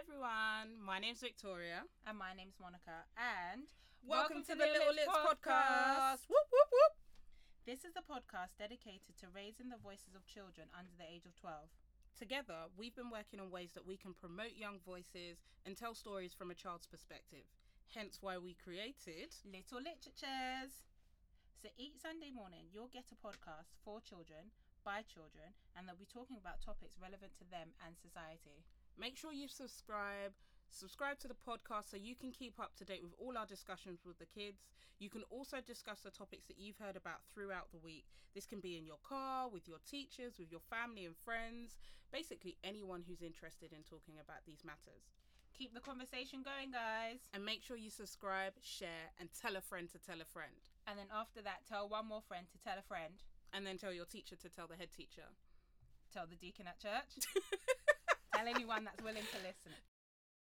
everyone. My name's Victoria. And my name's Monica. And Welcome, to, the Little Lips podcast. Whoop, whoop, whoop. This is a podcast dedicated to raising the voices of children under the age of 12. Together, we've been working on ways that we can promote young voices and tell stories from a child's perspective. Hence why we created Little Literatures. So each Sunday morning, you'll get a podcast for children, by children, and they'll be talking about topics relevant to them and society. Make sure you subscribe. Subscribe to the podcast so you can keep up to date with all our discussions with the kids. You can also discuss the topics that you've heard about throughout the week. This can be in your car, with your teachers, with your family and friends, basically anyone who's interested in talking about these matters. Keep the conversation going, guys. And make sure you subscribe, share, and tell a friend to tell a friend. And then after that, tell one more friend to tell a friend. And then tell your teacher to tell the head teacher. Tell the deacon at church. tell anyone that's willing to listen.